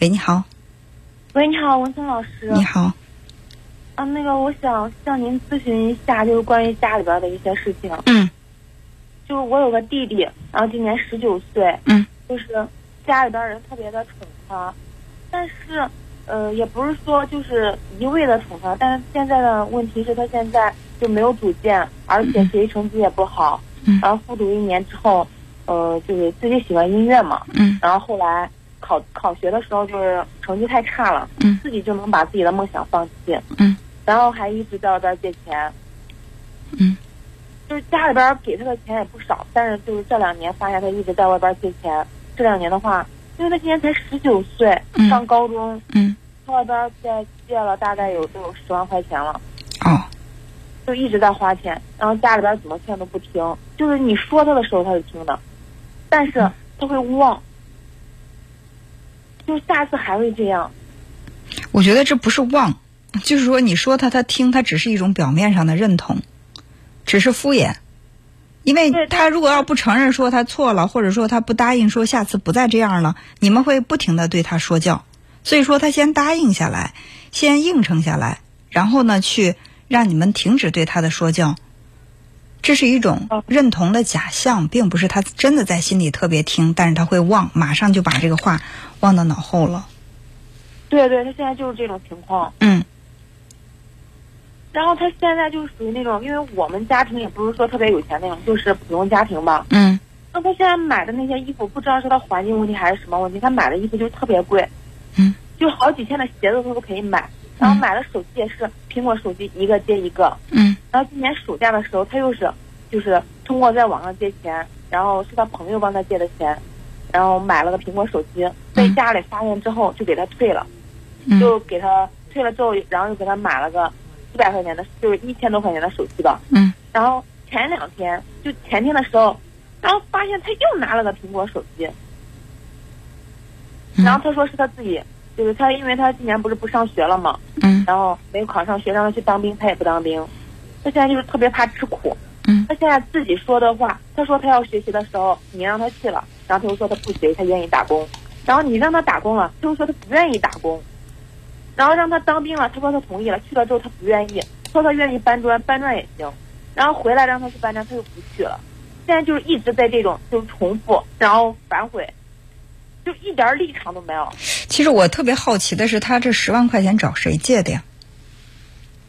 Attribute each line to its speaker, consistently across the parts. Speaker 1: 喂，你好，
Speaker 2: 喂，你好，文森老师。
Speaker 1: 你好，
Speaker 2: 啊，那个，我想向您咨询一下，就是关于家里边的一些事情。
Speaker 1: 嗯
Speaker 2: 就是我有个弟弟，然后今年十九岁，
Speaker 1: 嗯，
Speaker 2: 就是家里边人特别的宠他，但是，呃，也不是说就是一味的宠他，但是现在的问题是他现在就没有主见，而且学习成绩也不好，
Speaker 1: 嗯
Speaker 2: 然后复读一年之后，呃，就是自己喜欢音乐嘛，
Speaker 1: 嗯
Speaker 2: 然后后来考考学的时候就是成绩太差了，
Speaker 1: 嗯
Speaker 2: 自己就能把自己的梦想放弃，
Speaker 1: 嗯
Speaker 2: 然后还一直在外边借钱，
Speaker 1: 嗯
Speaker 2: 就是家里边儿给他的钱也不少，但是就是这两年发现他一直在外边儿借钱。这两年的话，因为他今年才十九岁
Speaker 1: 嗯，
Speaker 2: 上高中，
Speaker 1: 嗯，
Speaker 2: 他外边儿借借了大概有都有十万块钱了，
Speaker 1: 哦，
Speaker 2: 就一直在花钱。然后家里边儿怎么劝都不听，就是你说他的时候他是听的，但是他会忘，就下次还会这样。
Speaker 1: 我觉得这不是忘，就是说你说他他听，他只是一种表面上的认同，只是敷衍。因为
Speaker 2: 对
Speaker 1: 他如果要不承认说他错了，或者说他不答应说下次不再这样了，你们会不停的对他说教。所以说他先答应下来，先应承下来，然后呢去让你们停止对他的说教。这是一种
Speaker 2: 嗯
Speaker 1: 认同的假象，并不是他真的在心里特别听，但是他会忘，马上就把这个话忘到脑后了。
Speaker 2: 对对，他现在就是这种情况。
Speaker 1: 嗯
Speaker 2: 然后他现在就是属于那种，因为我们家庭也不是说特别有钱那种，就是普通家庭吧。
Speaker 1: 嗯。
Speaker 2: 那他现在买的那些衣服，不知道是他环境问题还是什么问题，他买的衣服就是特别贵，
Speaker 1: 嗯，
Speaker 2: 就好几千的鞋子他都可以买。然后买了手机也是苹果手机一个接一个。
Speaker 1: 嗯
Speaker 2: 然后今年暑假的时候，他又是就是通过在网上借钱，然后是他朋友帮他借的钱，然后买了个苹果手机，被家里发现之后就给他退了。
Speaker 1: 嗯
Speaker 2: 就给他退了之后，然后又给他买了个四百块钱的，就是一千多块钱的手机吧。
Speaker 1: 嗯
Speaker 2: 然后前两天，就前天的时候，然后发现他又拿了个苹果手机，
Speaker 1: 嗯
Speaker 2: 然后他说是他自己，就是他，因为他今年不是不上学了嘛，
Speaker 1: 嗯
Speaker 2: 然后没有考上学，让他去当兵，他也不当兵。他现在就是特别怕吃苦，
Speaker 1: 嗯
Speaker 2: 他现在自己说的话，他说他要学习的时候，你让他去了，然后他又说他不学，他愿意打工，然后你让他打工了，他又说他不愿意打工，然后让他当兵了，他说他同意了，去了之后他不愿意，说他愿意搬砖，搬砖也行，然后回来让他去搬砖，他又不去了，现在就是一直在这种就是重复，然后反悔，就一点儿立场都没有，
Speaker 1: 其实我特别好奇的是，他这十万块钱找谁借的呀？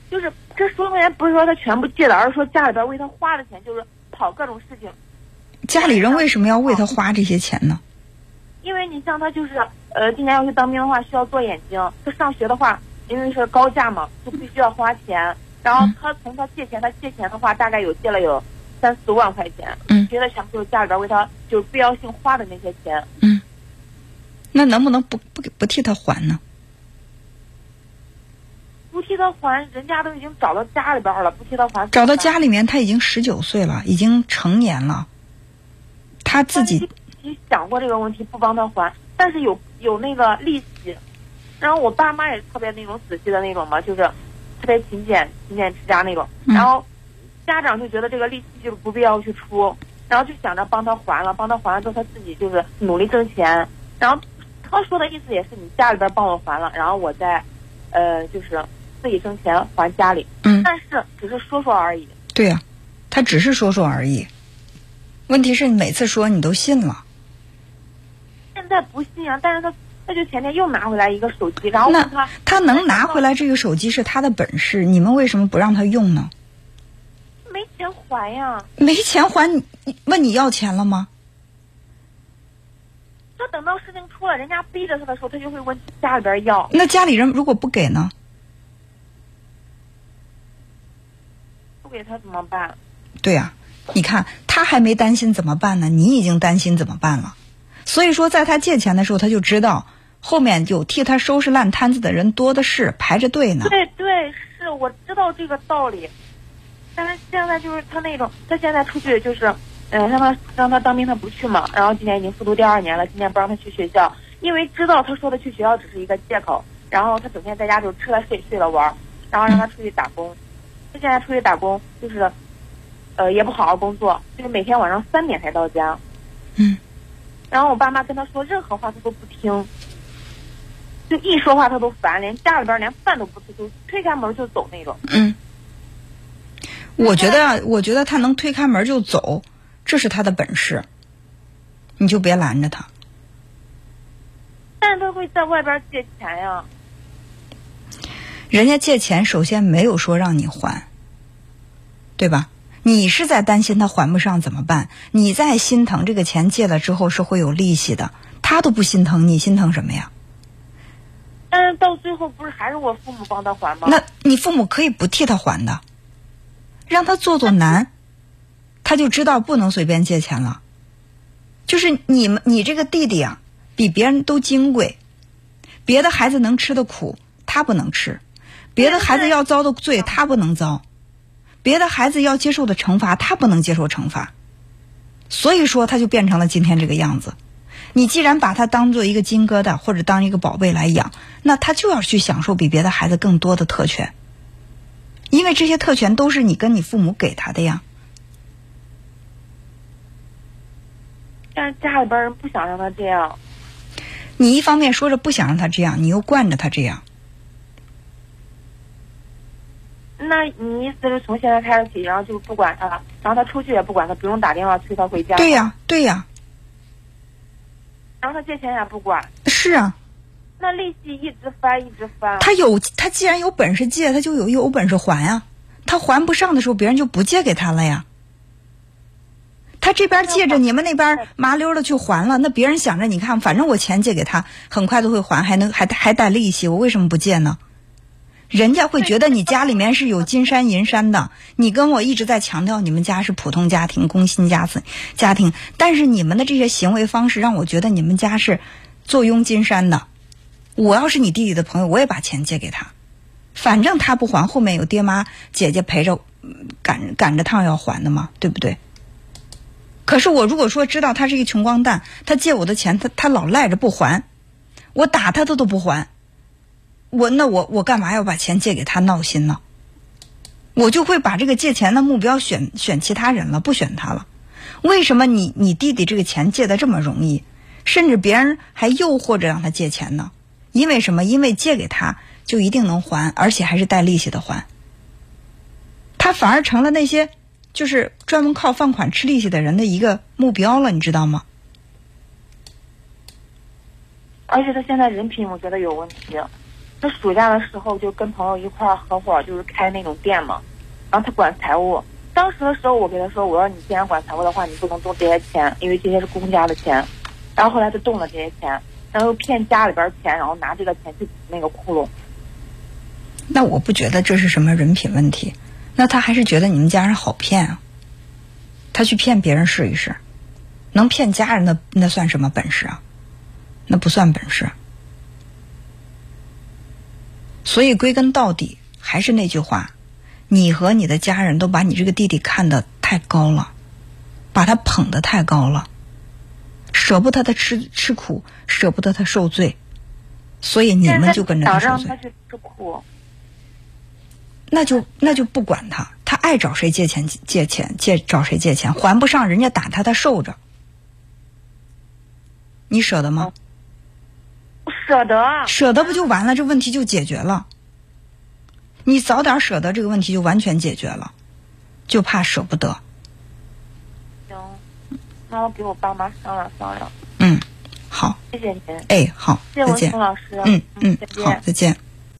Speaker 2: 就是这十万块钱不是说他全部借的，而是说家里边为他花的钱，就是跑各种事情。
Speaker 1: 家里人为什么要为他花这些钱呢？
Speaker 2: 因为你像他就是呃，今年要去当兵的话，需要做眼睛；他上学的话，因为是高价嘛，就必须要花钱。然
Speaker 1: 嗯
Speaker 2: 后他从他借钱，他借钱的话，大概有借了有三四万块钱，
Speaker 1: 嗯
Speaker 2: 别的全部就是家里边为他就是必要性花的那些钱。
Speaker 1: 那能不能不不给不替他还呢？
Speaker 2: 不替他还，人家都已经找到家里边了，不替他还，
Speaker 1: 找到家里面，他已经十九岁了，已经成年了，他自己
Speaker 2: 你想过这个问题，不帮他还，但是有有那个利息。然后我爸妈也是特别那种仔细的那种嘛，就是特别勤俭勤俭持家那种。
Speaker 1: 嗯
Speaker 2: 然后家长就觉得这个利息就是不必要去出，然后就想着帮他还了，帮他还了之后他自己就是努力挣钱。然后他说的意思也是你家里边帮我还了，然后我再呃就是自己挣钱还家里，
Speaker 1: 嗯，
Speaker 2: 但是只是说说而已。
Speaker 1: 对呀、他只是说说而已。问题是你每次说你都信了，
Speaker 2: 现在不信啊，但是他他就前天又拿回来一个手机，然后问
Speaker 1: 那
Speaker 2: 他
Speaker 1: 他能拿回来这个手机是他的本事，你们为什么不让他用呢？
Speaker 2: 没钱还呀。
Speaker 1: 没钱还，你问你要钱了吗？
Speaker 2: 他等到事情出了，人家逼着他的时候，他就会问家里边要。
Speaker 1: 那家里人如果不给呢？
Speaker 2: 不给他怎么办？
Speaker 1: 对呀、你看他还没担心怎么办呢，你已经担心怎么办了。所以说，在他借钱的时候，他就知道后面有替他收拾烂摊子的人多的是，排着队呢。
Speaker 2: 对对，是我知道这个道理，但是现在就是他那种，他现在出去就是，嗯、让他让他当兵，他不去嘛。然后今年已经复读第二年了，今年不让他去学校，因为知道他说的去学校只是一个借口。然后他整天在家就吃了睡，睡了玩儿，然后让他出去打工。他现在出去打工就是，呃，也不好好工作，就是每天晚上三点才到家。
Speaker 1: 嗯。
Speaker 2: 然后我爸妈跟他说任何话他都不听，就一说话他都烦，连家里边连饭都不吃，就推开门就走那种。
Speaker 1: 嗯，我觉得，我觉得他能推开门就走，这是他的本事，你就别拦着他。
Speaker 2: 但是他会在外边借钱呀，
Speaker 1: 人家借钱，首先没有说让你还，对吧？你是在担心他还不上怎么办？你在心疼这个钱借了之后是会有利息的，他都不心疼，你心疼什么呀？
Speaker 2: 但是到最后不是还是我父母帮他还吗？
Speaker 1: 那你父母可以不替他还的，让他做做难，他就知道不能随便借钱了。就是你们，你这个弟弟啊，比别人都金贵，别的孩子能吃的苦，他不能吃；别的孩子要遭的罪，他不能遭；别的孩子要接受的惩罚，他不能接受惩罚。所以说，他就变成了今天这个样子。你既然把他当做一个金疙瘩或者当一个宝贝来养，那他就要去享受比别的孩子更多的特权，因为这些特权都是你跟你父母给他的呀。
Speaker 2: 但是家里边人不想让他这样，
Speaker 1: 你一方面说着不想让他这样，你又惯着他这样，
Speaker 2: 那你意思是从现在开始起，然后就不管他了，然后他出去也不管他，不用打电话催他回家，
Speaker 1: 对呀、对呀、
Speaker 2: 然后他借钱也不管，
Speaker 1: 是啊，
Speaker 2: 那利息一直翻一直翻，
Speaker 1: 他有他既然有本事借，他就有有本事还啊。他还不上的时候，别人就不借给他了呀。他这边借着，你们那边麻溜的去还了，那别人想着，你看，反正我钱借给他，很快都会还，还能还还带利息，我为什么不借呢？人家会觉得你家里面是有金山银山的，你跟我一直在强调你们家是普通家庭、工薪家庭家庭，但是你们的这些行为方式让我觉得你们家是坐拥金山的。我要是你弟弟的朋友，我也把钱借给他，反正他不还，后面有爹妈姐姐陪着，嗯赶赶着趟要还的嘛，对不对？可是我如果说知道他是一个穷光蛋，他借我的钱，他他老赖着不还，我打他他都不还，我那我我干嘛要把钱借给他闹心呢？我就会把这个借钱的目标选选其他人了，不选他了。为什么你你弟弟这个钱借的这么容易，甚至别人还诱惑着让他借钱呢？因为什么？因为借给他就一定能还，而且还是带利息的还。他反而成了那些就是专门靠放款吃利息的人的一个目标了，你知道吗？
Speaker 2: 而且他现在人品我觉得有问题。他暑假的时候就跟朋友一块儿合伙就是开那种店嘛，然后他管财务。当时的时候我跟他说，我说你既然管财务的话，你不能动这些钱，因为这些是公家的钱。然后后来他动了这些钱，然后又骗家里边儿钱，然后拿这个钱去补那个窟窿。
Speaker 1: 那我不觉得这是什么人品问题，那他还是觉得你们家人好骗啊。他去骗别人试一试，能骗家人的那算什么本事啊？那不算本事。啊所以归根到底还是那句话，你和你的家人都把你这个弟弟看得太高了，把他捧得太高了，舍不得他吃吃苦，舍不得他受罪，所以你
Speaker 2: 但是
Speaker 1: 们
Speaker 2: 他
Speaker 1: 就跟着他
Speaker 2: 想
Speaker 1: 受
Speaker 2: 让
Speaker 1: 罪。
Speaker 2: 他去吃苦，
Speaker 1: 那就那就不管他，他爱找谁借钱借钱借找谁借钱，还不上人家打他，他受着。你舍得
Speaker 2: 哦
Speaker 1: 吗？
Speaker 2: 不舍得啊。
Speaker 1: 舍得不就完了？这问题就解决了。你早点舍得，这个问题就完全解决了，就怕舍不得。
Speaker 2: 行，那我给我爸妈商量商量。
Speaker 1: 嗯，好，
Speaker 2: 谢谢您，
Speaker 1: 哎，好，
Speaker 2: 谢
Speaker 1: 再
Speaker 2: 谢文
Speaker 1: 见
Speaker 2: 聪。老师。
Speaker 1: 嗯嗯
Speaker 2: 再，见
Speaker 1: 好，再见。